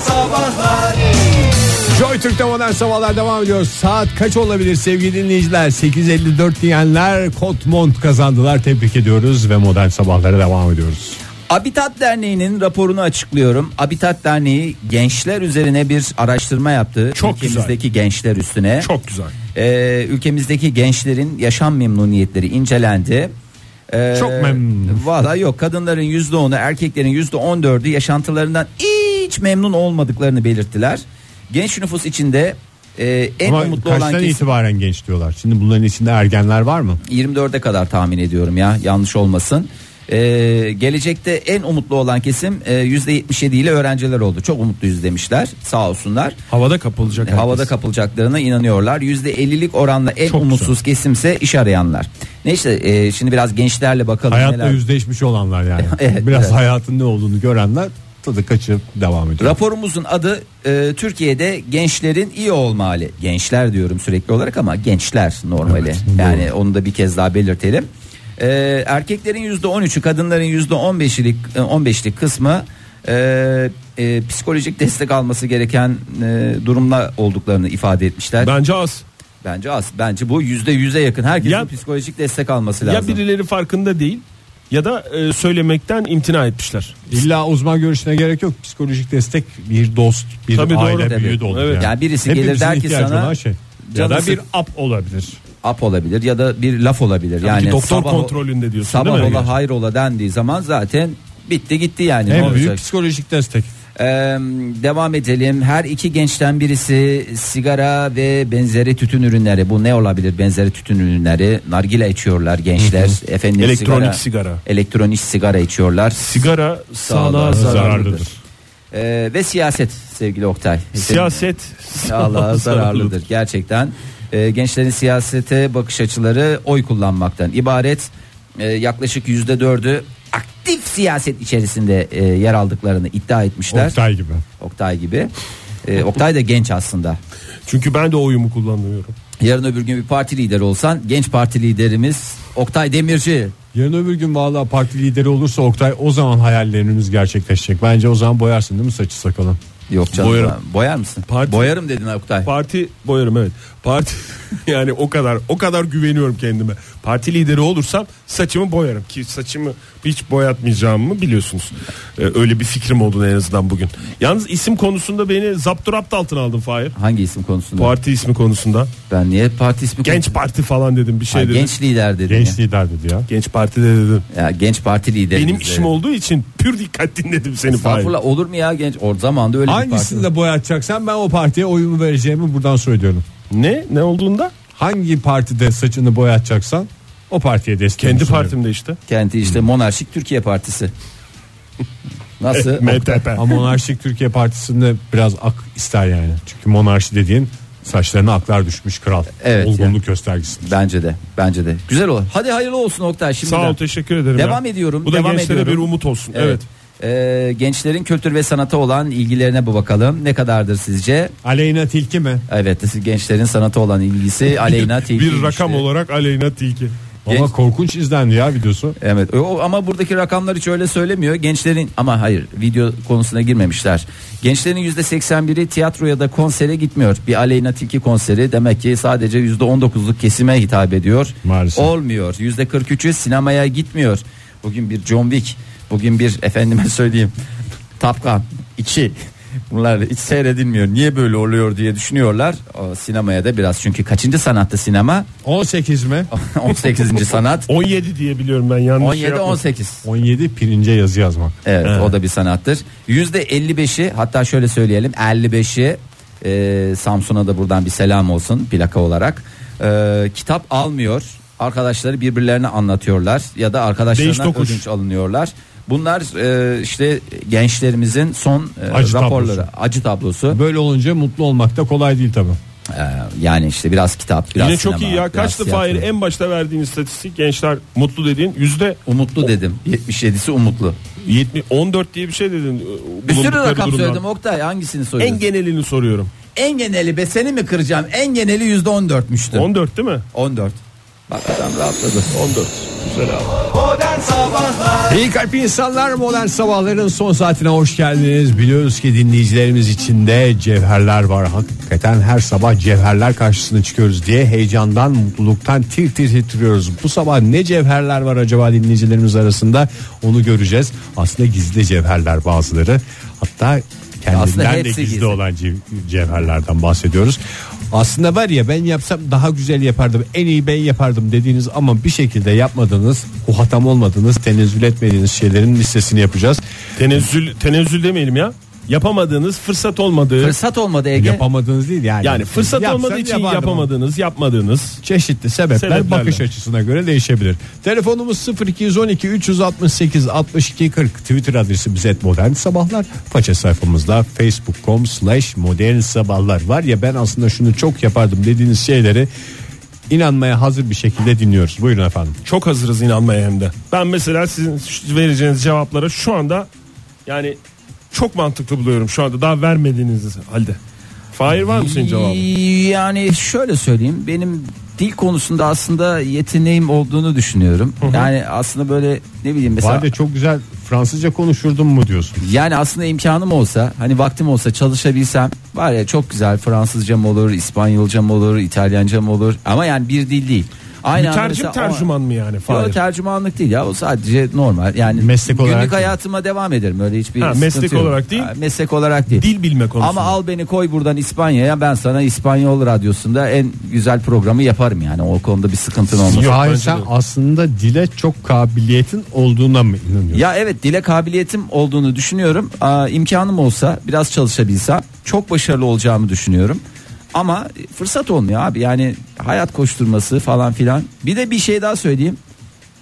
Sabahlar Joy Türk'te modern sabahlar devam ediyor. Saat kaç olabilir sevgili dinleyiciler? 8.54 diyenler kot mont kazandılar. Tebrik ediyoruz ve modern sabahlara devam ediyoruz. Habitat Derneği'nin raporunu açıklıyorum. Habitat Derneği gençler üzerine bir araştırma yaptı. Çok Ülkemizdeki gençler üstüne. Çok güzel. Ee, ülkemizdeki gençlerin yaşam memnuniyetleri incelendi. Ee, Çok memnun. Valla yok kadınların yüzde onu erkeklerin yüzde on dördü yaşantılarından hiç memnun olmadıklarını belirttiler. Genç nüfus içinde e, en Ama umutlu olan kaçtan kesim itibaren genç diyorlar? Şimdi bunların içinde ergenler var mı? 24'e kadar tahmin ediyorum ya yanlış olmasın. Ee, gelecekte en umutlu olan kesim e, %77 ile öğrenciler oldu. Çok umutluyuz demişler sağ olsunlar. Havada kapılacak. herkes. E, Havada kapılacaklarına inanıyorlar. %50'lik oranla en Çok umutsuz kesimse iş arayanlar. Neyse e, şimdi biraz gençlerle bakalım. Hayatla neler- yüzleşmiş olanlar yani. Evet, Biraz evet. hayatın ne olduğunu görenler tadı kaçıp devam ediyor. Raporumuzun adı e, Türkiye'de gençlerin iyi olma hali. Gençler diyorum sürekli olarak ama gençler normali. Evet, yani onu da bir kez daha belirtelim. E, erkeklerin yüzde %13'ü, kadınların yüzde %15'lik e, 15'lik kısmı e, e, psikolojik destek alması gereken e, durumda olduklarını ifade etmişler. Bence az. Bence az. Bence bu yüzde %100'e yakın herkesin Ya- psikolojik destek alması Ya lazım. birileri farkında değil ya da e, söylemekten imtina etmişler. İlla uzman görüşüne gerek yok. Psikolojik destek bir dost, bir Tabii doğru, aile tabii. büyüğü de olur. Evet. Yani birisi gelir Hepimizin der ki ihtiyacı sana, olan şey. Ya da Canısı- bir ap olabilir. ap olabilir ya da bir laf olabilir. Yani doktor sabah- kontrolünde diyorsun Sabah değil mi? ola hayır ola dendiği zaman zaten bitti gitti yani. Ne En olacak? büyük psikolojik destek. Ee, devam edelim. Her iki gençten birisi sigara ve benzeri tütün ürünleri. Bu ne olabilir? Benzeri tütün ürünleri. Nargile içiyorlar gençler. Efendim Elektronik sigara. Elektronik sigara içiyorlar. Sigara Sağlığa sağlığa zararlıdır. zararlıdır. Ee, ve siyaset sevgili Oktay. Siyaset Sağlığa zararlıdır gerçekten. Ee, gençlerin siyasete bakış açıları oy kullanmaktan ibaret. Ee, yaklaşık yüzde dördü aktif siyaset içerisinde e, yer aldıklarını iddia etmişler. Oktay, Oktay gibi. gibi. Ee, Oktay da genç aslında. Çünkü ben de oyumu kullanıyorum. Yarın öbür gün bir parti lideri olsan genç parti liderimiz Oktay Demirci. Yarın öbür gün vallahi parti lideri olursa Oktay o zaman hayalleriniz gerçekleşecek. Bence o zaman boyarsın değil mi saçı sakalı? Yok canım. Boyarım. Boyar mısın? Parti- Boyarım dedin Oktay. Parti boyarım evet. Parti yani o kadar o kadar güveniyorum kendime. Parti lideri olursam saçımı boyarım ki saçımı hiç boyatmayacağımı biliyorsunuz. Ee, öyle bir fikrim oldu en azından bugün. Yalnız isim konusunda beni zapturapt altına aldın Fahir. Hangi isim konusunda? Parti ismi konusunda. ben niye parti ismi Genç parti falan dedim bir şey Ha, dedim. Genç, genç lider dedin. Genç ya. lider dedi ya. genç parti de dedim. Ya genç parti lideri. Benim işim olduğu için pür dikkat dinledim seni Fahir. Estağfurullah olur mu ya genç? O zaman da öyle bir parti. Hangisini de boyatacaksan ben o partiye oyumu vereceğimi buradan söylüyorum. Ne? Ne olduğunda? Hangi partide saçını boyatacaksan o partiye destek. Kendi partimde işte. Kenti işte monarşik Türkiye Partisi. Nasıl? MTP. Ama monarşik Türkiye partisinde biraz ak ister yani. Çünkü monarşi dediğin saçlarına aklar düşmüş kral. Evet, Olgunluk yani. göstergesi. bence de. Bence de. Güzel olur. Hadi hayırlı olsun Oktay şimdi. Sağ ol teşekkür ederim. Devam ya. ediyorum. Bu da devam gençlere ediyorum. bir umut olsun. Evet. Evet. Ee, gençlerin kültür ve sanata olan ilgilerine bu bakalım. Ne kadardır sizce? um- Aleyna Tilki mi? Evet, gençlerin sanata olan ilgisi Aleyna Tilki. Bir rakam işte. olarak Aleyna Tilki. Ama Genç- korkunç izlendi ya videosu. Evet. O, ama buradaki rakamlar hiç öyle söylemiyor. Gençlerin ama hayır video konusuna girmemişler. Gençlerin %81'i tiyatro ya da konsere gitmiyor. Bir Aleyna Tilki konseri demek ki sadece %19'luk kesime hitap ediyor. Maalesef. Olmuyor. %43'ü sinemaya gitmiyor. Bugün bir John Wick, bugün bir efendime söyleyeyim Tapkan 2 Bunlar hiç seyredilmiyor. Niye böyle oluyor diye düşünüyorlar. O, sinemaya da biraz çünkü kaçıncı sanatta sinema? 18 mi? 18. sanat. 17 diye biliyorum ben yanlış 17 şey yapmadım. 18. 17 pirince yazı yazmak. Evet, o da bir sanattır. Yüzde 55'i hatta şöyle söyleyelim 55'i e, Samsun'a da buradan bir selam olsun plaka olarak. E, kitap almıyor. Arkadaşları birbirlerine anlatıyorlar ya da Değiş arkadaşlarına tokuş. ödünç alınıyorlar. Bunlar e, işte gençlerimizin son e, Acı raporları, tablosu. acı tablosu. Böyle olunca mutlu olmak da kolay değil tabi. E, yani işte biraz kitap, biraz Yine çok sinema, iyi ya. biraz Kaç defa tiyatro. en başta verdiğin istatistik gençler mutlu dediğin yüzde umutlu dedim. 77'si umutlu. 70 14 diye bir şey dedin. Bir sürü bulundukları rakam durumdan. söyledim Oktay hangisini En söyledin? genelini soruyorum. En, geneli be seni mi kıracağım? En geneli yüzde 14'müştü. 14 değil mi? 14. Bak adam rahatladı. 14. Güzel abi. İyi kalp insanlar modern sabahların son saatine hoş geldiniz. Biliyoruz ki dinleyicilerimiz içinde cevherler var. Hakikaten her sabah cevherler karşısına çıkıyoruz diye heyecandan, mutluluktan tir tir titriyoruz. Bu sabah ne cevherler var acaba dinleyicilerimiz arasında onu göreceğiz. Aslında gizli cevherler bazıları. Hatta Aslında kendinden de hepsi gizli, gizli. olan cev- cevherlerden bahsediyoruz. Aslında var ya ben yapsam daha güzel yapardım. En iyi ben yapardım dediğiniz ama bir şekilde yapmadığınız, muhatap olmadığınız, tenezzül etmediğiniz şeylerin listesini yapacağız. Tenezzül, tenezzül demeyelim ya. Yapamadığınız fırsat olmadığı. Fırsat olmadı Ege. Yapamadığınız değil yani. yani fırsat Yapsam olmadığı için yapardım. yapamadığınız, yapmadığınız. Çeşitli sebepler Sebeplerle. bakış açısına göre değişebilir. Telefonumuz 0212 368 62 40. Twitter adresimiz et modern sabahlar. Faça sayfamızda facebook.com slash modern sabahlar var ya ben aslında şunu çok yapardım dediğiniz şeyleri inanmaya hazır bir şekilde dinliyoruz. Buyurun efendim. Çok hazırız inanmaya hem de. Ben mesela sizin şu- vereceğiniz cevaplara şu anda yani çok mantıklı buluyorum şu anda daha vermediğiniz halde. Fahir var mı senin cevabın? Yani şöyle söyleyeyim benim dil konusunda aslında yeteneğim olduğunu düşünüyorum. Yani aslında böyle ne bileyim mesela Var da çok güzel Fransızca konuşurdum mu diyorsun. yani aslında imkanım olsa hani vaktim olsa çalışabilsem var ya çok güzel Fransızcam olur, İspanyolcam olur, İtalyancam olur ama yani bir dil değil. Aynı anda Mütercim mesela o- tercüman mı yani Yok, Fahir? tercümanlık değil ya o sadece normal yani Meslek günlük olarak- hayatıma devam ederim öyle hiçbir Ha, sıkıntı meslek yok. olarak değil. Ha, meslek olarak değil. Dil bilme konusunda. Ama al beni koy buradan İspanya'ya ben sana İspanyol radyosunda en güzel programı yaparım yani o konuda bir sıkıntın olmaz. Yok, hayır bence sen de. aslında dile çok kabiliyetin olduğuna mı inanıyorsun? Ya evet dile kabiliyetim olduğunu düşünüyorum. Aa, imkanım olsa biraz çalışabilsem çok başarılı olacağımı düşünüyorum. Ama fırsat olmuyor abi yani hayat koşturması falan filan. Bir de bir şey daha söyleyeyim.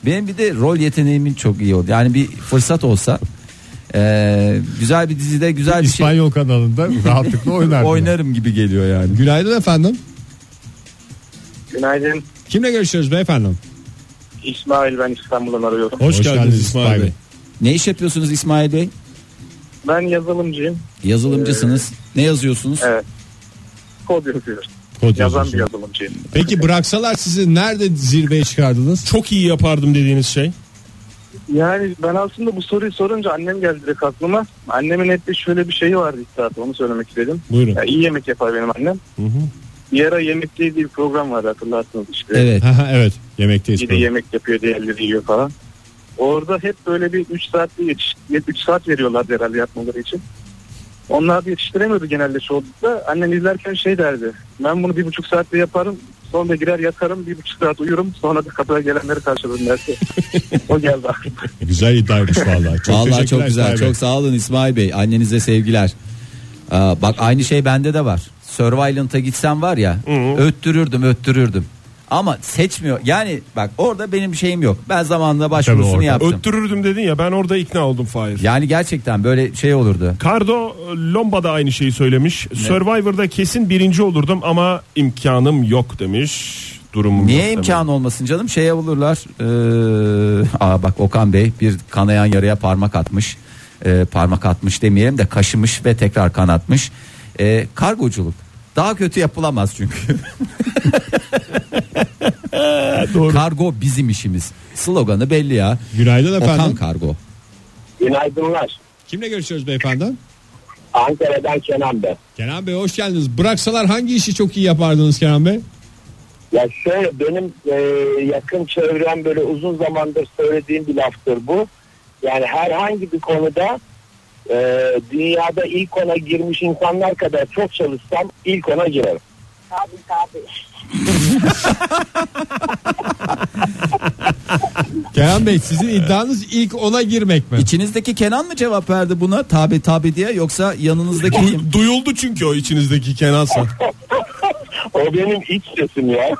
Benim bir de rol yeteneğimin çok iyi oldu. Yani bir fırsat olsa eee, güzel bir dizide güzel bir şey İspanyol kanalında rahatlıkla oynardın. oynarım gibi geliyor yani. Günaydın efendim. Günaydın. Kimle görüşüyoruz beyefendi? İsmail ben İstanbul'dan arıyorum. Hoş, geldiniz, İsmail Bey. Ne iş yapıyorsunuz İsmail Bey? Ben yazılımcıyım. Yazılımcısınız. Ne yazıyorsunuz? Evet. Kod yazıyorum. Kod Yazan bir yazıyorsunuz. yazılımcıyım. Peki bıraksalar sizi nerede zirveye çıkardınız? Çok iyi yapardım dediğiniz şey. Yani ben aslında bu soruyu sorunca annem geldi direkt aklıma. Annemin hep bir şöyle bir şeyi vardı işte onu söylemek istedim. Buyurun. Ya iyi yemek yapar benim annem. Hı hı. Bir ara yemek diye bir program vardı hatırlarsınız işte. Evet. evet yemekteyiz. Biri yemek yapıyor diğerleri yiyor falan. Orada hep böyle bir 3 saatli yetiş 3 saat veriyorlardı herhalde yapmaları için. Onlar da yetiştiremiyordu genelde çoğunlukla. Annem izlerken şey derdi. Ben bunu bir buçuk saatte yaparım. Sonra girer yatarım bir buçuk saat uyurum. Sonra da kapıya gelenleri karşılarım derdi. o geldi aklıma. E, Güzel iddiaymış vallahi. Çok Vallahi çok teşekkürler güzel. İsmail Bey. Çok sağ olun İsmail Bey. Annenize sevgiler. Aa, bak aynı şey bende de var. Survivalent'a gitsem var ya öttürürdüm öttürürdüm. Ama seçmiyor. Yani bak orada benim şeyim yok. Ben zamanında başvurusunu orada. yaptım. Öttürürdüm dedin ya ben orada ikna oldum Fahir. yani gerçekten böyle şey olurdu. Cardo Lomba da aynı şeyi söylemiş. Survivor'da kesin birinci olurdum ama imkanım yok demiş. Durumum yok Niye demiş. imkan olmasın canım? Şey olurlar. Ee, aa bak Okan Bey bir kanayan yaraya parmak atmış. Ee, parmak atmış demeyelim de kaşımış ve tekrar kanatmış. Ee, kargoculuk. Daha kötü yapılamaz çünkü. Kargo bizim işimiz. Sloganı belli ya. Günaydın efendim. Okan Kargo. Günaydınlar. Kimle görüşüyoruz beyefendi? Ankara'dan Kenan Bey. Kenan Bey hoş geldiniz. Bıraksalar hangi işi çok iyi yapardınız Kenan Bey? Ya şöyle benim e, yakın çevrem böyle uzun zamandır söylediğim bir laftır bu. Yani herhangi bir konuda e, dünyada ilk ona girmiş insanlar kadar çok çalışsam ilk ona girerim. Tabii tabii. Kenan Bey sizin iddianız ilk ona girmek mi? İçinizdeki Kenan mı cevap verdi buna? Tabi tabi diye yoksa yanınızdaki kim? Du- duyuldu çünkü o içinizdeki Kenan San. O benim iç sesim ya.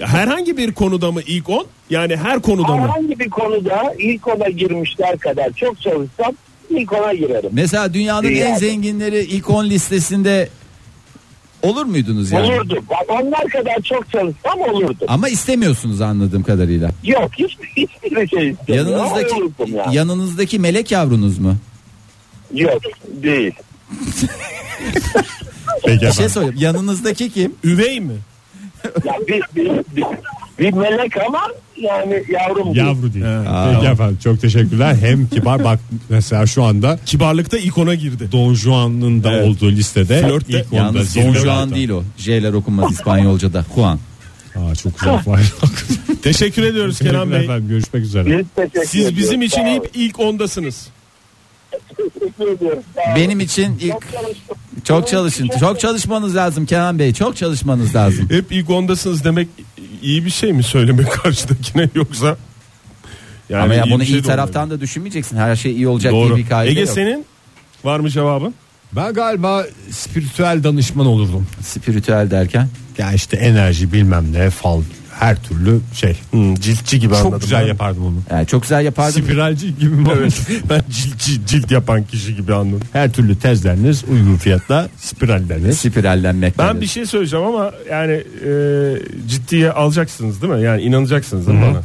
Herhangi bir konuda mı ilk on? Yani her konuda mı? Herhangi bir konuda ilk ona girmişler kadar çok çalışsam ilk ona girerim. Mesela dünyanın en zenginleri ilk 10 listesinde olur muydunuz yani? Olurdu. Bak onlar kadar çok çalışsam olurdu. Ama istemiyorsunuz anladığım kadarıyla. Yok hiç, hiçbir şey istemiyorum. Yanınızdaki Olurdum yani. yanınızdaki melek yavrunuz mu? Yok değil. Peki Bir şey sorayım. Yanınızdaki kim? Üvey mi? Ya bir, bir, bir, Bir melek ama yani yavrum. değil. Yavru değil. Aa. Peki efendim çok teşekkürler. Hem kibar bak mesela şu anda Kibarlıkta ikona girdi. Don Juan'ın da Evet. olduğu listede Flörtte. ilk onda. Yalnız Don zirvelerde. Juan değil o. J'ler okunmaz İspanyolca'da. Juan. Aa, çok güzel. Vay. Teşekkür ediyoruz Kenan Bey. Efendim görüşmek üzere. Biz teşekkür Siz bizim ediyoruz. için Sağ ilk, ilk ondasınız. olun. Teşekkür ediyoruz. Sağ olun. Benim için ilk Çok çalıştım. çok çalışın. Çok çalışmanız lazım Kenan Bey. Çok çalışmanız lazım. Hep ilk ondasınız demek iyi bir şey mi söylemek karşıdakine yoksa? Yani Ama ya bir bunu şey iyi de taraftan da düşünmeyeceksin. Her şey iyi olacak olabilir. diye bir Doğru. kaide Ege yok. senin var mı cevabın? Ben galiba spiritüel danışman olurdum. Spiritüel derken. Ya işte enerji bilmem ne fal her türlü şey. Hmm, ciltçi gibi Çok güzel yapardım onu. Yani çok güzel yapardım. Spiralci gibi mi? Evet. ben ciltçi, cilt yapan kişi gibi anladım. Her türlü tezleriniz uygun fiyatla spiralleriniz. Spirallenmek. Ben yani. bir şey söyleyeceğim ama yani e, ciddiye alacaksınız değil mi? Yani inanacaksınız değil mi bana?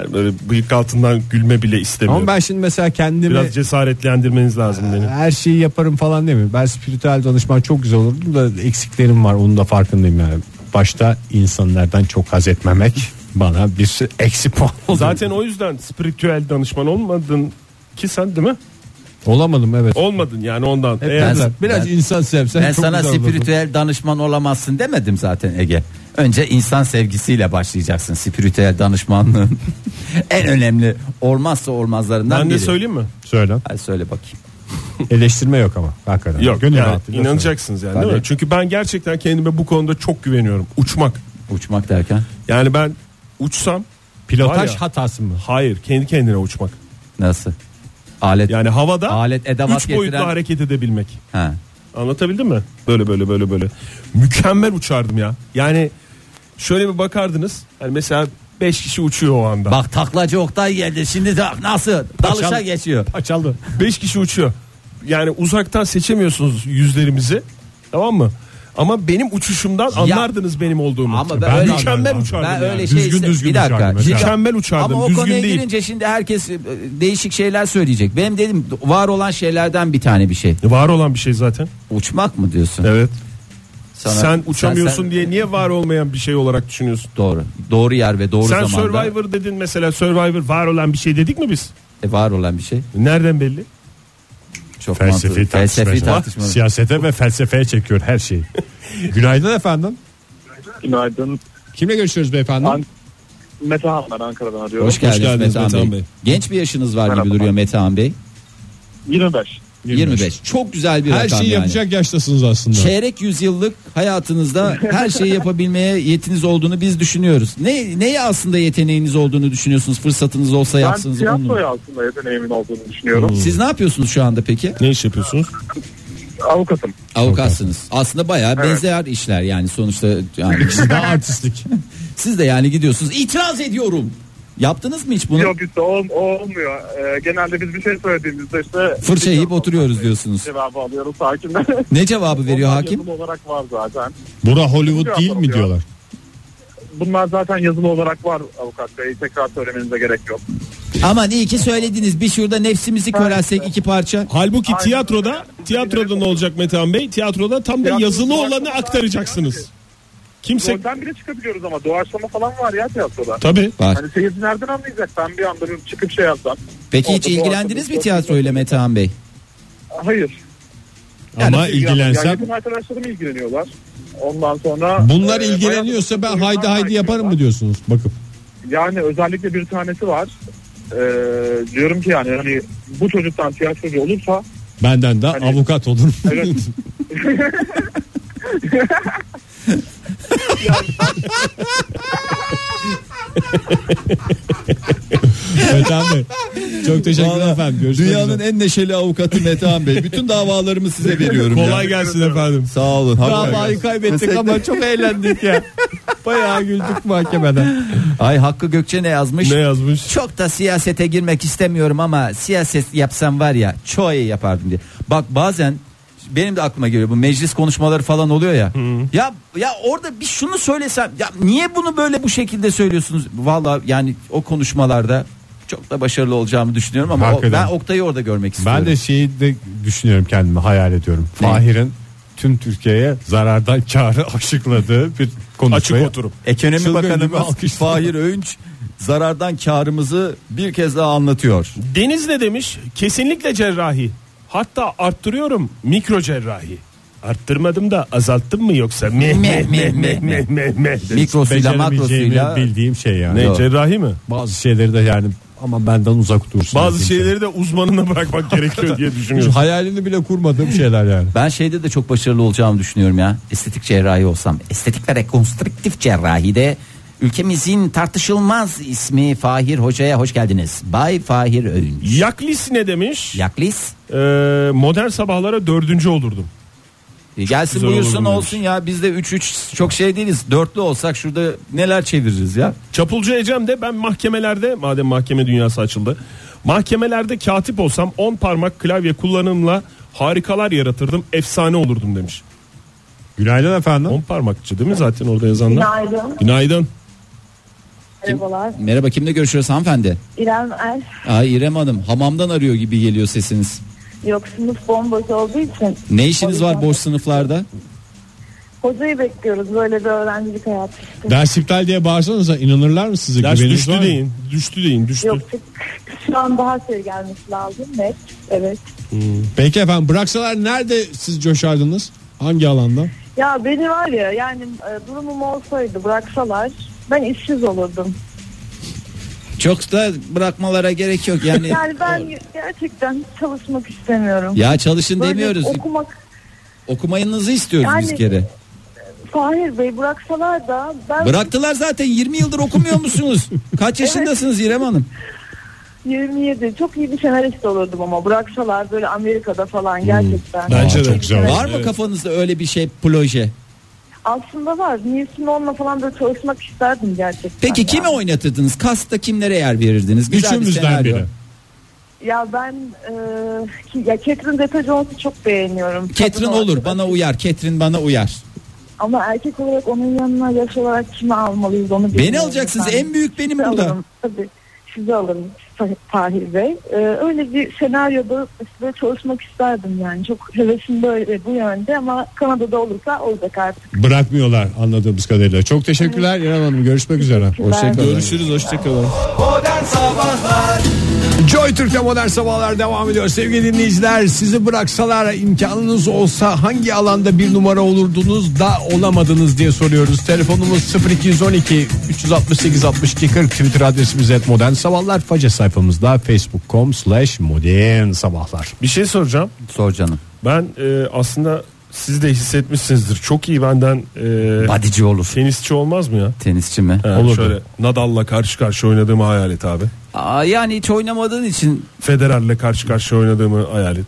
Yani böyle bıyık altından gülme bile istemiyorum. Ama ben şimdi mesela kendimi Biraz cesaretlendirmeniz lazım beni. her şeyi yaparım falan demiyorum. Ben spiritüel danışman çok güzel olurdum da eksiklerim var onun da farkındayım yani. Başta insanlardan çok haz etmemek bana bir sürü eksi puan oldu. Ee, Zaten o yüzden spiritüel danışman olmadın ki sen değil mi? olamadım evet. Olmadın yani ondan. Eğer Biraz- ben- biraz ben- insan sevsen ben çok sana güzel olurdu. spiritüel danışman olamazsın demedim zaten Ege. Önce insan sevgisiyle başlayacaksın spiritüel danışmanlığın. en önemli olmazsa olmazlarından ben de biri. söyleyeyim mi? Söyle. Hadi söyle bakayım. Eleştirme yok ama hakikaten. Yok Gönül yani rahatlığıyla inanacaksınız yani değil Tabii. mi? Çünkü ben gerçekten kendime bu konuda çok güveniyorum. Uçmak. Uçmak derken Yani ben uçsam söyle. Pilotaj Var ya- hatası mı? hayır kendi kendine uçmak. nasıl? Alet Yani havada Alet, edevat üç boyutlu getiren- hareket edebilmek. ha. Anlatabildim mi? Böyle böyle böyle böyle. Mükemmel uçardım ya. Yani şöyle bir bakardınız. Hani mesela 5 kişi uçuyor o anda. Bak taklacı Oktay geldi. Şimdi de nasıl? Dalışa geçiyor. Açıldı. 5 kişi uçuyor. Yani uzaktan seçemiyorsunuz yüzlerimizi. Tamam mı? Ama benim uçuşumdan anlardınız benim olduğumu. Ama ben öyle- mükemmel Ben uçardım. Ben yani. öyle şey Düzgün iste- düzgün bir dakika. uçardım mesela. Şimdi- Mükemmel uçardım, Ama o düzgün konuya değil. girince şimdi herkes e, değişik şeyler söyleyecek. Benim dedim var olan şeylerden bir tane bir şey. Var olan bir şey zaten. Uçmak mı diyorsun? Evet. Sana- sen uçamıyorsun sen- diye niye var olmayan bir şey olarak düşünüyorsun? Doğru. Doğru yer ve doğru sen zamanda Survivor dedin mesela Survivor var olan bir şey dedik mi biz? E, var olan bir şey. Nereden belli? Çok Felsefi mantıklı. tartışma. Felsefi tartışma. Siyasete ve felsefeye çekiyor her şeyi. Günaydın efendim. Günaydın. Kimle görüşüyoruz beyefendi? An- Mete Hanlar Ankara'dan arıyorum. Hoş geldiniz, geldiniz Metehan Metehan Bey. Bey. Genç bir yaşınız var Merhaba. gibi duruyor Metehan Bey. 25. 25. Çok güzel bir Her rakam şeyi yani. yapacak yaştasınız aslında. Çeyrek yüzyıllık hayatınızda her şeyi yapabilmeye yetiniz olduğunu biz düşünüyoruz. Ne neye aslında yeteneğiniz olduğunu düşünüyorsunuz? Fırsatınız olsa Ben yapsanız onu. tiyatroya aslında yeteneğimin olduğunu düşünüyorum. Siz ne yapıyorsunuz şu anda peki? Ne iş yapıyorsunuz? Hmm. Avukatım. Avukatsınız. Aslında bayağı Evet. benzer işler yani sonuçta yani Daha artistlik. siz de yani gidiyorsunuz. İtiraz ediyorum. Yaptınız mı hiç bunu? Yok işte o, o olmuyor. Ee, genelde biz bir şey söylediğimizde işte... Fırça yiyip oturuyoruz diyorsunuz. Cevabı alıyoruz hakimden. Ne cevabı veriyor Onlar hakim? Yazılı olarak var zaten. Bura Hollywood değil mi diyorlar? Bunlar zaten yazılı olarak var avukat bey. Tekrar söylemenize gerek yok. Aman iyi ki söylediniz. Bir şurada nefsimizi körelsek iki parça. Halbuki Aynen. tiyatroda tiyatroda ne olacak Metehan Bey? Tiyatroda tam da Tiyatro- yazılı olanı aktaracaksınız. Şey- Kimse Rolden bile çıkabiliyoruz ama doğaçlama falan var ya tiyatroda. tabii Var. Hani seyirci nereden anlayacak? Ben bir anda bir çıkıp şey yapsam. Peki hiç Orada ilgilendiniz doğaçlama- mi tiyatroyla Metehan Bey? Hayır. Ama Yani ilgilensem yakın arkadaşlarım ilgileniyorlar. Ondan sonra... bunlar e, ilgileniyorsa bayağı ben da haydi oyunlar haydi takip yaparım ediyorlar. mı diyorsunuz? Bakın. Yani özellikle bir tanesi var. E, diyorum ki yani hani bu çocuktan tiyatrocu olursa Benden de Hani- avukat olur. evet. Metehan Bey. Çok teşekkürler Vallahi efendim. Görüşmek Dünyanın üzere. en neşeli avukatı Metehan Bey. Bütün davalarımı size veriyorum. ya. kolay gelsin efendim. Sağ olun. Hakikaten. Davayı kaybettik ama çok eğlendik ya. Bayağı güldük mahkemeden. Ay Hakkı Gökçe ne yazmış? Ne yazmış? Çok da siyasete girmek istemiyorum ama siyaset yapsam var ya çoğu iyi yapardım diye. Bak bazen benim de aklıma geliyor bu meclis konuşmaları falan oluyor ya. Ya ya orada bir şunu söylesem ya niye bunu böyle bu şekilde söylüyorsunuz? Valla yani o konuşmalarda çok da başarılı olacağımı düşünüyorum ama o- Hakikaten. ben Oktay'ı orada görmek istiyorum. Ben de şeyi de düşünüyorum kendimi hayal ediyorum. Fahir'in tüm Türkiye'ye zarardan karı aşıkladığı bir Açık konuşmayı. oturum. Ekonomi Çılgın gibi Bakanımız alkışlar. Fahir Öğünç zarardan karımızı bir kez daha anlatıyor. Deniz ne demiş? Kesinlikle cerrahi. Hatta arttırıyorum mikro cerrahi. Arttırmadım da azalttım mı yoksa? Meh meh meh meh meh meh meh. demiş. Mikrosuyla Beceremeyeceğimi makrosuyla bildiğim şey yani. Ne Yok. cerrahi mi? Bazı şeyleri de yani ama benden uzak dursun. Bazı dediğim şeyleri de uzmanına bırakmak gerekiyor diye şey. düşünüyorum. Hayalini bile kurmadığım şeyler yani. Ben şeyde de çok başarılı olacağımı düşünüyorum ya. Estetik cerrahi olsam. Estetik ve rekonstrüktif cerrahide ülkemizin tartışılmaz ismi Fahir Hoca'ya hoş geldiniz. Bay Fahir Öğünç. Yaklis ne demiş? Yaklis. Ee, modern sabahlara dördüncü olurdum. E, Gelsin güzel buyursun olur demiş. olsun ya biz de 3-3 çok şey değiliz. Dörtlü olsak şurada neler çeviririz ya. Çapulcu Ecem de ben mahkemelerde madem mahkeme dünyası açıldı. Mahkemelerde katip olsam 10 parmak klavye kullanımla harikalar yaratırdım. Efsane olurdum demiş. Günaydın efendim. 10 parmakçı değil mi zaten orada yazanlar? Günaydın. Günaydın. Merhabalar. Merhaba kimle görüşüyoruz hanımefendi? İrem Er. Aa, İrem Hanım hamamdan arıyor gibi geliyor sesiniz. Yok sınıf bomboş olduğu için. Ne işiniz var boş sınıflarda? Hocayı bekliyoruz. Böyle bir öğrencilik hayatı işte. Ders iptal diye bağırsanıza inanırlar mı size? Ders Güveniniz var düştü mı? deyin. Düştü deyin. Düştü. Yok şu an daha şey gelmesi lazım. Net. Evet. Hmm. Peki efendim bıraksalar nerede siz coşardınız? Hangi alanda? Ya beni var ya yani e, durumum olsaydı bıraksalar ben işsiz olurdum. Çok da bırakmalara gerek yok yani. Yani ben gerçekten çalışmak istemiyorum. ya çalışın Böyle demiyoruz. Okumak Okumayınızı istiyoruz biz Yani- kere. Fahir Bey bıraksalar da ben Bıraktılar zaten 20 yıldır okumuyor musunuz? Kaç yaşındasınız İrem Hanım? 27 çok iyi bir senarist olurdum ama bıraksalar böyle Amerika'da falan gerçekten. Hmm. Bence de. çok güzel. Var mı kafanızda öyle bir şey proje? Aslında var. Nilsun onunla falan böyle çalışmak isterdim gerçekten. Peki ya. kimi oynatırdınız? Kasta kimlere yer verirdiniz? Güzel bir Üçümüzden senaryo. biri. Ya ben e, ki- ya Catherine Zeta-Jones'u çok beğeniyorum. Ketrin Kadın olur olarak. bana uyar. Ketrin bana uyar. Ama erkek olarak onun yanına yaş olarak kimi almalıyız onu bilmiyorum. Beni alacaksınız. Ben En büyük benim sizi burada. alırım. Tabii sizi alırım Fah- Fahir Bey. E, öyle bir senaryoda size çalışmak isterdim yani. Çok hevesim böyle bu yönde ama Kanada'da olursa olacak artık. Bırakmıyorlar anladığımız kadarıyla. Çok teşekkürler İrem Hanım. Görüşmek üzere. Hoşçakalın. Görüşürüz. Hoşçakalın. Joy Türk'te modern sabahlar devam ediyor. Sevgili dinleyiciler sizi bıraksalar imkanınız olsa hangi alanda bir numara olurdunuz da olamadınız diye soruyoruz. Telefonumuz 0212 368 62 40 Twitter adresimiz et modern sabahlar. Faça sayfamızda facebook.com slash modern sabahlar. Bir şey soracağım. Sor canım. Ben e, aslında siz de hissetmişsinizdir. Çok iyi benden e, Badici olur. tenisçi olmaz mı ya? Tenisçi mi? Ha, Olurdu. Şöyle Nadal'la karşı karşı oynadığımı hayal et abi. Aa, yani hiç oynamadığın için Federer'le karşı karşı oynadığımı hayal et.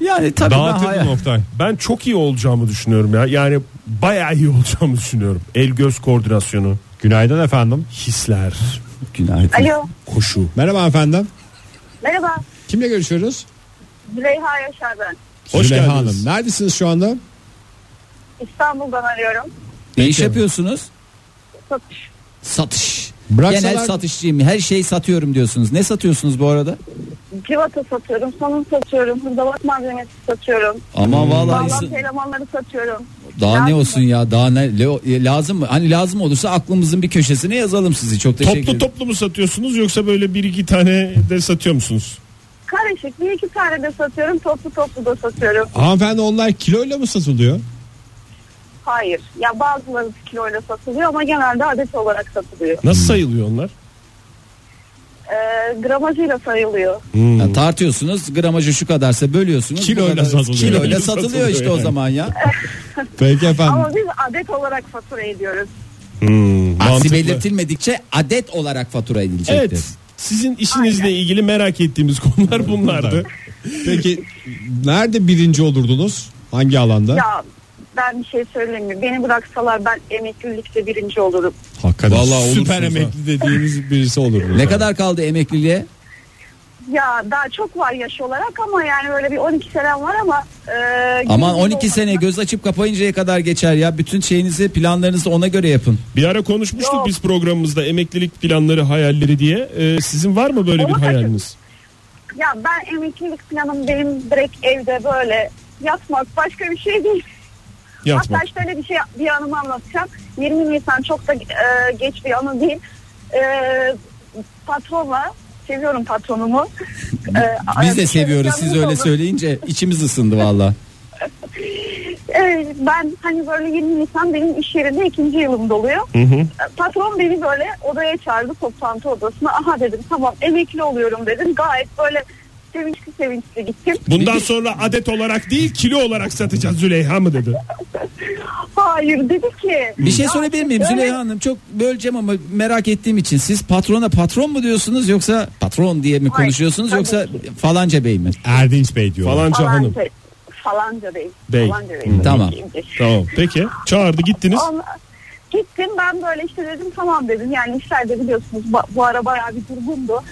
yani tabii ben hayal- Oktay. Ben çok iyi olacağımı düşünüyorum ya. Yani bayağı iyi olacağımı düşünüyorum. El göz koordinasyonu, Günaydın efendim. hisler, Günaydın. Alo. koşu. Merhaba efendim. Merhaba. Kimle görüşüyoruz? Züleyha Yaşar ben. Hoş Züleyha geldiniz. Hanım. Neredesiniz şu anda? İstanbul'dan arıyorum. Ne iş yapıyorsunuz? Satış. Satış. Bıraksalar- Genel satışçıyım. Her şeyi satıyorum diyorsunuz. Ne satıyorsunuz bu arada? Civata satıyorum, salam satıyorum, hırdavat malzemesi satıyorum. Aman vallahi Bağlantı elemanları satıyorum. daha ne Hmm. şey, Lazım olsun mı? ya daha ne Leo- e, lazım mı? Hani lazım olursa aklımızın bir köşesine yazalım sizi. Çok teşekkür Toplu ederim. toplu mu satıyorsunuz yoksa böyle bir iki tane de satıyor musunuz? Karışık bir iki tane de satıyorum, toplu toplu da satıyorum. Hanımefendi onlar kiloyla mı satılıyor? Hayır. Ya bazıları kiloyla satılıyor ama genelde adet olarak satılıyor. Nasıl sayılıyor onlar? Ee, gramajıyla sayılıyor. Yani tartıyorsunuz gramajı şu kadarsa bölüyorsunuz. Kiloyla Bu kadar- satılıyor. Kiloyla satılıyor işte o yani. zaman ya. Peki efendim. Ama biz adet olarak fatura ediyoruz. Aksi mantıklı. belirtilmedikçe adet olarak fatura edilecektir. Evet. Sizin işinizle ilgili merak ettiğimiz konular bunlardı. Peki nerede birinci olurdunuz? Hangi alanda? Ya ben bir şey söyleyeyim mi? Beni bıraksalar ben emeklilikte birinci olurum. Hakikaten Vallahi süper olursunuz emekli dediğiniz birisi olurdunuz. Ne kadar kaldı emekliliğe? Ya daha çok var yaş olarak ama yani böyle bir 12 senem var ama e, Aman birinci 12 sene göz açıp kapayıncaya kadar geçer ya. Bütün şeyinizi planlarınızı ona göre yapın. Bir ara konuşmuştuk Yok. biz programımızda emeklilik planları, hayalleri diye. Ee, sizin var mı böyle bir Onu kaçır- hayaliniz? Ya ben emeklilik planım benim direkt evde böyle yatmak başka bir şey değil. Yatmak. Hatta şöyle bir şey bir anımı anlatacağım. 20 Nisan çok da e, geç bir anı değil. E, patronla seviyorum patronumu. E, Biz de bir seviyoruz siz yanımız öyle oldu. söyleyince içimiz ısındı valla. Evet, ben hani böyle 20 Nisan benim iş yerinde ikinci yılım doluyor. E, Patron beni böyle odaya çağırdı toplantı odasına. Aha dedim tamam emekli oluyorum dedim. Gayet böyle sevinçli sevinçli gittim. Bundan sonra adet olarak değil kilo olarak satacağız Züleyha mı dedi. Hayır dedi ki. Bir şey sorabilir miyim öyle- Züleyha Hanım? Çok böleceğim ama merak ettiğim için siz patrona patron mu diyorsunuz yoksa patron diye mi Hayır, konuşuyorsunuz tabii yoksa falanca bey mi? Erdinç Bey diyorlar. Falanca hanım. Falanca, falanca değil. Bey. Falanca değil. Tamam. Tamam peki çağırdı gittiniz. Onla- Gittim ben böyle işte dedim tamam dedim yani işlerde biliyorsunuz ba- bu ara bayağı bir durgundu.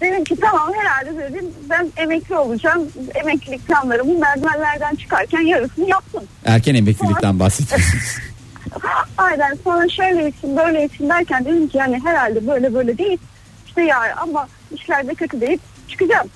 Dedim ki tamam herhalde dedim ben emekli olacağım. Emeklilik planlarımı merdivenlerden çıkarken yarısını yaptım. Erken emeklilikten bahsediyorsunuz. Aynen sonra şöyle için böyle için derken dedim ki yani herhalde böyle böyle değil. İşte ya ama işlerde kötü deyip çıkacağım.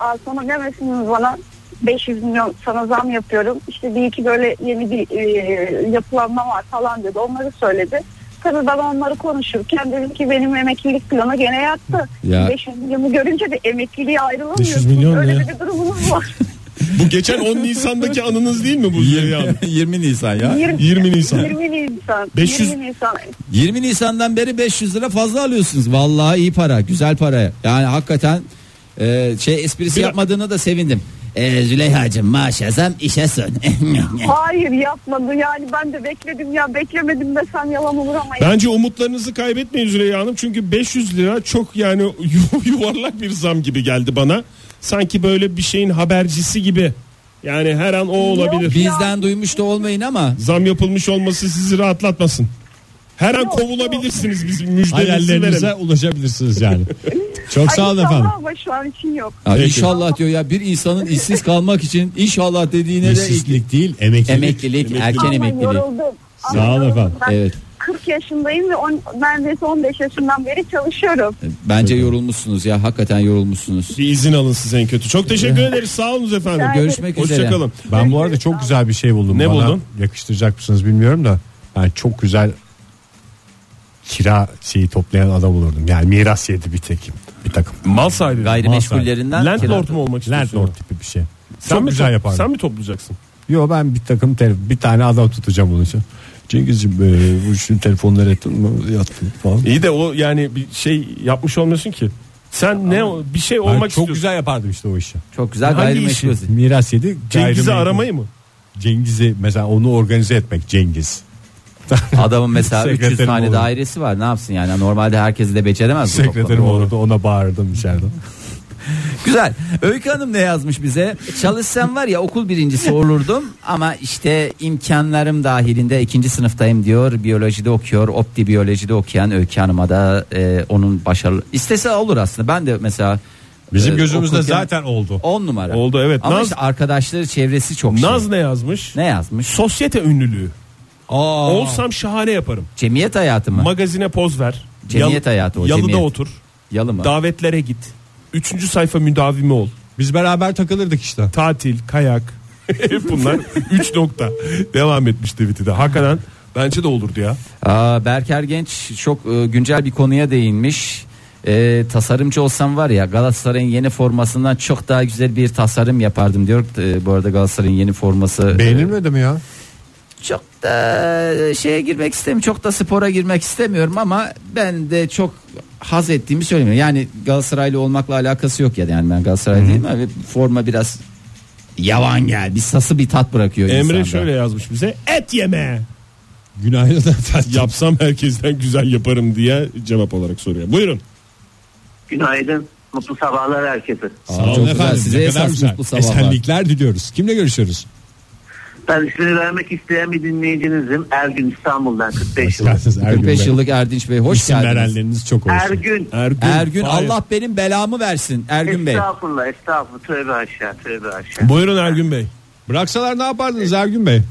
Aa, sonra demesiniz bana 500 milyon sana zam yapıyorum. İşte bir iki böyle yeni bir e, yapılanma var falan dedi. Onları söyledi. Tabii ben onları konuşurken dedim ki benim emeklilik planı gene yattı. Ya. 500 milyonu görünce de emekliliğe 500 ayrılamıyorsunuz. milyon Öyle ne? de bir durumunuz var. Bu geçen 10 Nisan'daki anınız değil mi bu Züleyha Hanım? 20 Nisan ya. 20 Nisan. 20 Nisan. 500 20 Nisan. 20 Nisan'dan beri 500 lira fazla alıyorsunuz. Vallahi iyi para, güzel para. Yani hakikaten e, şey esprisi Bir- yapmadığına da sevindim. E, Züleyha'cığım maaşa zam işe son. Hayır yapmadı yani ben de bekledim ya beklemedim desem yalan olur ama Bence umutlarınızı kaybetmeyin Züleyha Hanım. Çünkü 500 lira çok yani yu- yuvarlak bir zam gibi geldi bana. Sanki böyle bir şeyin habercisi gibi. Yani her an o olabilir. Bizden duymuş da olmayın ama Zam yapılmış olması sizi rahatlatmasın. Her an Yok, kovulabilirsiniz bizim müjdelerinizi Hayallerinize verelim. ulaşabilirsiniz yani. Çok Ay, sağ olun inşallah efendim. ama şu an için yok. Ya Peki. inşallah diyor ya bir insanın işsiz kalmak için inşallah dediğine de İşsizlik değil emeklilik. emeklilik, erken Ama emeklilik. yoruldum. Ama Sağ olun yoruldum. efendim. Ben Evet. 40 yaşındayım ve on, neredeyse 15 yaşından beri çalışıyorum. Bence yorulmuşsunuz ya hakikaten yorulmuşsunuz. Bir izin alın siz en kötü. Çok teşekkür ederiz. Sağ olun efendim. Rica ederim. Görüşmek üzere. Hoşçakalın. Ben bu arada çok güzel bir şey buldum. Ne Bana buldun? Yakıştıracak mısınız bilmiyorum da ben çok güzel kira şeyi toplayan adam olurdum. Yani miras yedi bir tekim. Bir takım. Mal sahibi. Gayrimeşgullerinden Landlord kira- mu olmak istiyorsun? Landlord tipi bir şey. Sen çok mi güzel to- yapardım. Sen mi toplayacaksın? Yo ben bir takım tele- bir tane adam tutacağım onun için. Cengizciğim e, bu şu telefonları ettim mi? yattım falan. İyi de o yani bir şey yapmış olmasın ki. Sen ne o- bir şey Ben olmak çok istiyorsun. güzel yapardım işte o işi. Çok güzel Hangi gayrimeşgul. işi? Miras yedi. Cengiz'i gayrimenkul- aramayı mı? Cengiz'i mesela onu organize etmek Cengiz. Adamın mesela 300 Sekreterim tane olur. dairesi var. Ne yapsın yani? Normalde herkesi de beceremez bu Sekreterim toplama. olurdu ona bağırdım içeriden. Ee, Güzel. Öykü Hanım ne yazmış bize? Çalışsam var ya okul birincisi olurdum ama işte imkanlarım dahilinde ikinci sınıftayım diyor. Biyolojide okuyor. Opti biyolojide okuyan Öykü Hanım'a da e, onun başarılı. İstese olur aslında. Ben de mesela Bizim e, gözümüzde okurken zaten oldu. 10 numara. Oldu, evet. Ama Naz- işte arkadaşları çevresi çok şey. Naz ne yazmış? Ne yazmış? Sosyete ünlülüğü. Aa, Olsam şahane yaparım. Cemiyet hayatı mı? Magazine poz ver. Cemiyet hayatı o, Yalıda cemiyet. otur. Yalı mı? Davetlere git. Üçüncü sayfa müdavimi ol. Biz beraber takılırdık işte. Tatil, kayak. Hep bunlar 3 nokta. Devam etmiş tweet'i de. Hakikaten bence de olurdu ya. Aa, Berker Genç çok e, güncel bir konuya değinmiş. E, tasarımcı olsam var ya Galatasaray'ın yeni formasından çok daha güzel bir tasarım yapardım diyor. E, bu arada Galatasaray'ın yeni forması e, Beğenilmedi mi ya? çok da e, şeye girmek istemiyorum. Çok da spora girmek istemiyorum ama ben de çok haz ettiğimi söylemiyorum. Yani Galatasaraylı olmakla alakası yok ya. Yani ben Galatasaraylı değilim ama forma biraz yavan gel. Bir sası bir tat bırakıyor Emre insanda. şöyle yazmış bize. Et yeme. Günaydın efendim. Yapsam herkesten güzel yaparım diye cevap olarak soruyor. Buyurun. Günaydın. Mutlu sabahlar herkese. Aa, çok güzel. Size Ne kadar esas güzel. mutlu sabahlar. Esenlikler diliyoruz. Kimle görüşüyoruz? Ben ismini vermek isteyen bir dinleyicinizim. Ergün İstanbul'dan 45 yıl. Geldiniz Ergün 45 Bey. yıllık Erdinç Bey hoş İsim geldiniz. verenleriniz çok olsun. Ergün. Ergün. Ergün Hayır. Allah benim belamı versin Ergün Bey. Estağfurullah, estağfurullah. Tövbe aşağı, tövbe aşağı. Buyurun Ergün Bey. Bıraksalar ne yapardınız Ergün Bey?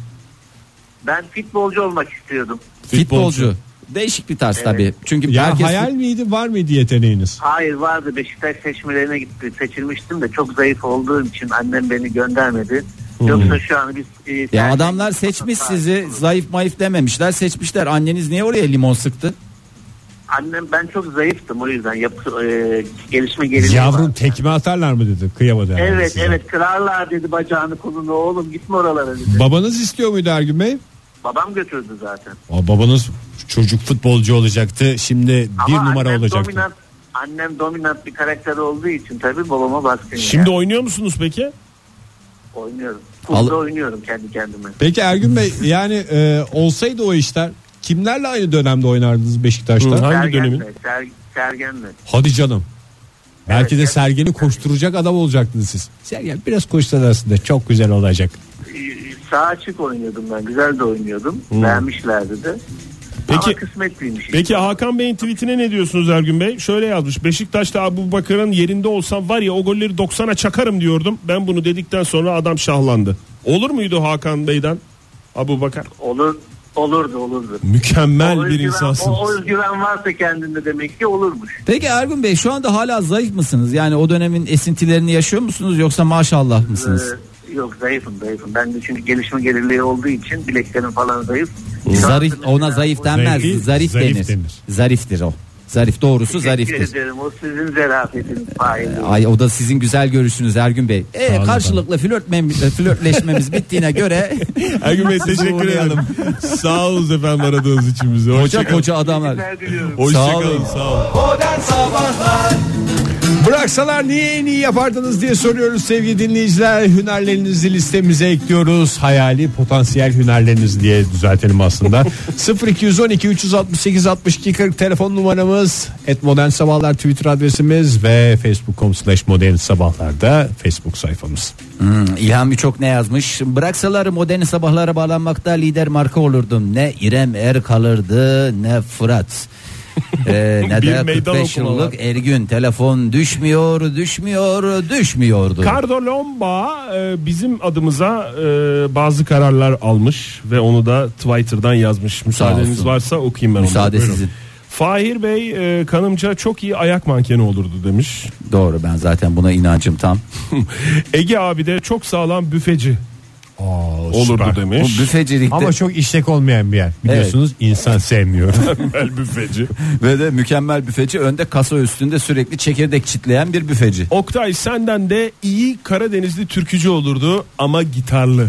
Ben futbolcu olmak istiyordum. Futbolcu. Değişik bir tarz tabii. Çünkü Ya herkes hayal miydi var mıydı yeteneğiniz? Hayır vardı Beşiktaş seçmelerine gitti. Seçilmiştim de çok zayıf olduğum için annem beni göndermedi. Yoksa şu an biz... e, Ya tercih- adamlar seçmiş sizi zayıf mayıf dememişler seçmişler. Anneniz niye oraya limon sıktı? Annem ben çok zayıftım o yüzden yapı, e, gelişme geriliği Yavrum var. tekme atarlar mı dedi kıyamadı herhalde Evet size. evet kırarlar dedi bacağını kolunu oğlum gitme oralara dedi. Babanız istiyor muydu Ergün Bey? Babam götürdü zaten. Aa, babanız çocuk futbolcu olacaktı şimdi bir Ama numara annem olacaktı. Dominant, annem dominant bir karakter olduğu için tabii babama baskın. Şimdi yani. oynuyor musunuz peki? oynuyorum. Al- Futbolda oynuyorum kendi kendime. Peki Ergün Bey yani e, olsaydı o işler kimlerle aynı dönemde oynardınız Beşiktaş'ta? Hı, ha- Hangi Sergen'le, dönemin? Ser, Sergen'le. Hadi canım. Belki de evet. Sergen'i koşturacak adam olacaktınız siz. Sergen biraz koşsan aslında çok güzel olacak. Ee, Sağ açık oynuyordum ben. Güzel de oynuyordum. Beğenmişlerdi de. Peki- Ama kısmetliymiş. Peki Hakan Bey'in tweetine ne diyorsunuz Ergün Bey? Şöyle yazmış. Beşiktaş'ta Abu Bakır'ın yerinde olsam var ya o golleri 90'a çakarım diyordum. Ben bunu dedikten sonra adam şahlandı. Olur muydu Hakan Bey'den? Abu Bakar. Olur, olurdu olurdu. Mükemmel O bir özgüven- insansınız. O, o özgüven varsa kendinde demek ki olurmuş. Peki Ergun Bey şu anda hala zayıf mısınız? Yani o dönemin esintilerini yaşıyor musunuz yoksa maşallah mısınız? Ee, yok zayıfım zayıfım. Ben de çünkü gelişme geriliği olduğu için bileklerim falan zayıf. Zarif Sağ- ona zayıf denmez. Zayıf değil, zarif, zarif denir. denir. Zariftir o. Zarif doğrusu zariftir. Teşekkür ederim. O sizin zarafetiniz. Hayır. Ay o da sizin güzel görüşünüz Ergün Bey. Sağ E, olun karşılıklı flört mem- flörtleşmemiz bittiğine göre Ergün Bey teşekkür ederim. uğurlayalım. sağ olun efendim aradığınız için bize. koca Hoşçakalın. koca adamlar. Sağ Hoşçakalın olun. sağ olun. Bıraksalar niye en iyi yapardınız diye soruyoruz sevgili dinleyiciler. Hünerlerinizi listemize ekliyoruz. Hayali potansiyel hünerleriniz diye düzeltelim aslında. 0212 368 62 40 telefon numaramız. Et modern sabahlar Twitter adresimiz ve facebook.com slash modern sabahlarda facebook sayfamız. Hmm, İlham çok ne yazmış? Bıraksalar modern sabahlara bağlanmakta lider marka olurdum. Ne İrem Er kalırdı ne Fırat. Ee, ne Bir de meydan 45 okumalar. yıllık Ergün telefon düşmüyor düşmüyor düşmüyordu. Ricardo Lomba e, bizim adımıza e, bazı kararlar almış ve onu da Twitter'dan yazmış. Müsaadeniz olsun. varsa okuyayım ben Müsaade onu. Buyurun. sizin. Fahir Bey e, kanımca çok iyi ayak mankeni olurdu demiş. Doğru ben zaten buna inancım tam. Ege abi de çok sağlam büfeci olurdu Bu demiş. büfecilikte Ama çok işlek olmayan bir yer. Biliyorsunuz insan sevmiyor. Mükemmel büfeci. ve de mükemmel büfeci önde kasa üstünde sürekli çekirdek çitleyen bir büfeci. Oktay senden de iyi Karadenizli türkücü olurdu ama gitarlı.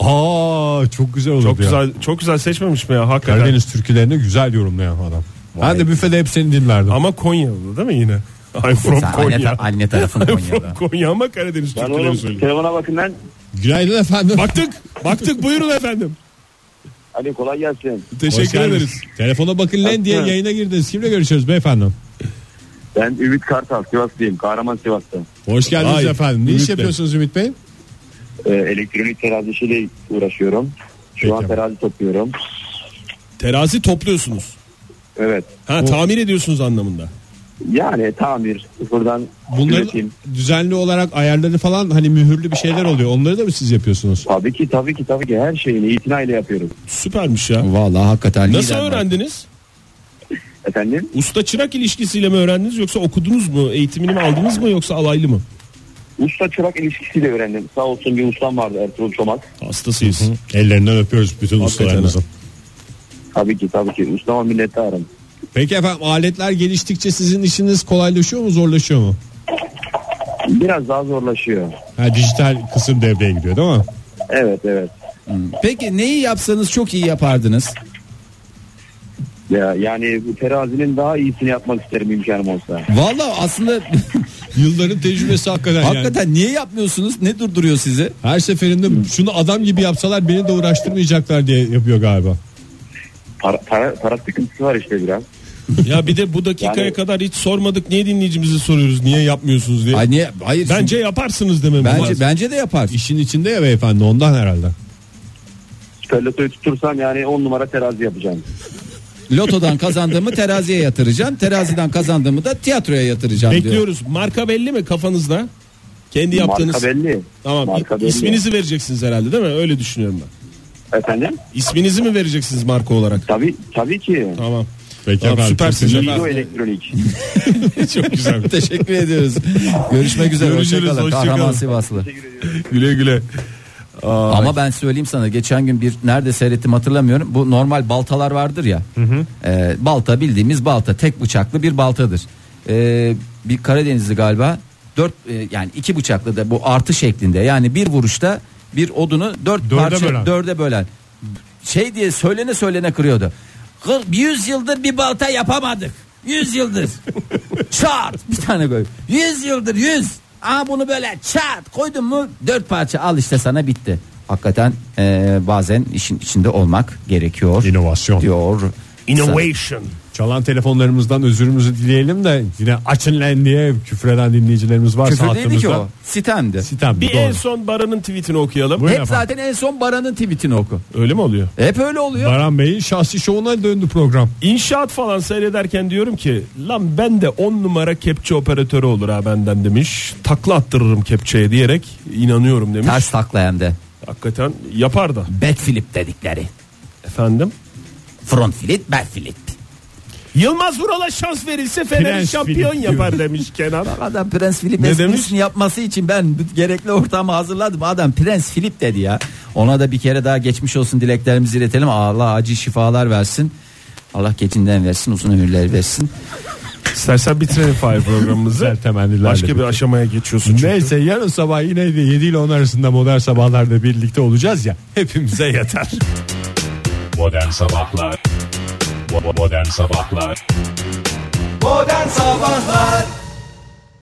Aa çok güzel olurdu Çok ya. güzel çok güzel seçmemiş mi ya hakikaten. Karadeniz türkülerini güzel yorumlayan adam. Vay. Ben de büfede hep seni dinlerdim. Ama Konyalı değil mi yine? I'm from Sen anne, Konya. ta- anne tarafın Konya'da. From Konya ama Karadeniz Ben türküleri oğlum söylüyor. telefona bakın lan. Günaydın efendim. Baktık. Baktık buyurun efendim. Ali kolay gelsin. Hoş Teşekkür geldiniz. ederiz. Telefona bakın lan diye Aslında- yayına girdiniz. Kimle görüşüyoruz beyefendi? Ben Ümit Kartal Sivaslıyım. Kahraman Sivas'ta. Hoş geldiniz Hayır, efendim. Ne Ümit iş Bey. yapıyorsunuz Ümit Bey? Ee, elektronik terazisiyle uğraşıyorum. Şu Peki an abi. terazi topluyorum. Terazi topluyorsunuz. Evet. Ha tamir ediyorsunuz anlamında. Yani tamir sıfırdan Bunların üretim. düzenli olarak ayarları falan hani mühürlü bir şeyler oluyor. Onları da mı siz yapıyorsunuz? Tabii ki tabii ki tabii ki her şeyini itinayla yapıyoruz. Süpermiş ya. Vallahi hakikaten Nasıl lider marka. öğrendiniz? Efendim Usta çırak ilişkisiyle mi öğrendiniz yoksa okudunuz mu? Eğitimini mi aldınız mı yoksa alaylı mı? usta çırak ilişkisiyle öğrendim. Sağ olsun bir ustam vardı Ertuğrul Çomak. Hastasıyız. Ellerinden öpüyoruz bütün Hakikaten. ustalarımızı. Tabii ki tabii ki ustama minnettarım. Peki efendim aletler geliştikçe sizin işiniz kolaylaşıyor mu zorlaşıyor mu? Biraz daha zorlaşıyor. Ha, dijital kısım devreye giriyor değil mi? Evet evet. Peki neyi yapsanız çok iyi yapardınız? Ya, yani bu terazinin daha iyisini yapmak isterim imkanım olsa. Vallahi aslında Yılların tecrübesi hakikaten yani. hakikaten niye yapmıyorsunuz? Ne durduruyor sizi? Her seferinde şunu adam gibi yapsalar beni de uğraştırmayacaklar diye yapıyor galiba. Para, para, para sıkıntısı var işte biraz. ya bir de bu dakikaya Yani- kadar hiç sormadık. Niye dinleyicimize soruyoruz? Niye yapmıyorsunuz diye. Ay niye? Hayır. Bence yaparsınız demem bence lazım. bence de yapar. İşin içinde ya beyefendi ondan herhalde. Sperlatoyu tutursam yani 10 numara terazi yapacağım. Lotodan kazandığımı teraziye yatıracağım. Teraziden kazandığımı da tiyatroya yatıracağım diyor. Bekliyoruz. Marka belli mi kafanızda? Kendi yaptığınız. Marka belli. Tamam. Marka belli. İsminizi vereceksiniz herhalde değil mi? Öyle düşünüyorum ben. Efendim? İsminizi mi vereceksiniz marka olarak? Tabii, tabii ki. Tamam. Peki Tamam, efendim, süpersiniz çok Lido efendim. elektronik. Çok güzel. Teşekkür ediyoruz. Görüşmek üzere. Görüşürüz, Hoşçakalın. hoşça Kahraman kalın. Sivaslı. Güle güle. Ama ben söyleyeyim sana geçen gün bir nerede seyrettim hatırlamıyorum. Bu normal baltalar vardır ya. Ee, balta bildiğimiz balta tek bıçaklı bir baltadır. Ee, bir Karadenizli galiba dört e, yani iki bıçaklı da bu artı şeklinde yani bir vuruşta bir odunu dört Dörde parça bölen. dörde bölen şey diye söylene söylene kırıyordu. 100 yıldır bir balta yapamadık. 100 yıldır. Çat bir tane koy. 100 yıldır 100. Aa bunu böyle çat koydun mu dört parça al işte sana bitti. Hakikaten e, bazen işin içinde olmak gerekiyor İnovasyon. diyor. Innovation. Çalan telefonlarımızdan özürümüzü dileyelim de yine açın lan diye küfreden dinleyicilerimiz varsa Küfür değildi ki hattımızda. o. Sitemdi. Sitem, Bir doğru. en son Baran'ın tweetini okuyalım. Buyurun. Hep- Hep zaten en son Baran'ın tweetini oku. Öyle mi oluyor? Hep öyle oluyor. Baran Bey'in şahsi şovuna döndü program. İnşaat falan seyrederken diyorum ki lan ben de 10 numara kepçe operatörü olur ha benden demiş. Takla attırırım kepçeye diyerek inanıyorum demiş. Ters takla hem de. Hakikaten yapar da Back flip dedikleri. efendim. Front flip, back flip. Yılmaz Vural'a şans verilse Fener Prens şampiyon Filip yapar demiş Kenan. Adam Prens Filip Ne esprisini demiş? yapması için ben gerekli ortamı hazırladım. Adam Prens Filip dedi ya. Ona da bir kere daha geçmiş olsun dileklerimizi iletelim. Allah acil şifalar versin. Allah geçinden versin, uzun ömürler versin. İstersen bitirelim Fahir programımızı. Güzel temennilerle. Başka bir aşamaya geçiyorsun çünkü. Neyse yarın sabah yine 7 ile 10 arasında modern sabahlarda birlikte olacağız ya. Hepimize yeter. Modern Sabahlar Bo- Modern Sabahlar Modern Sabahlar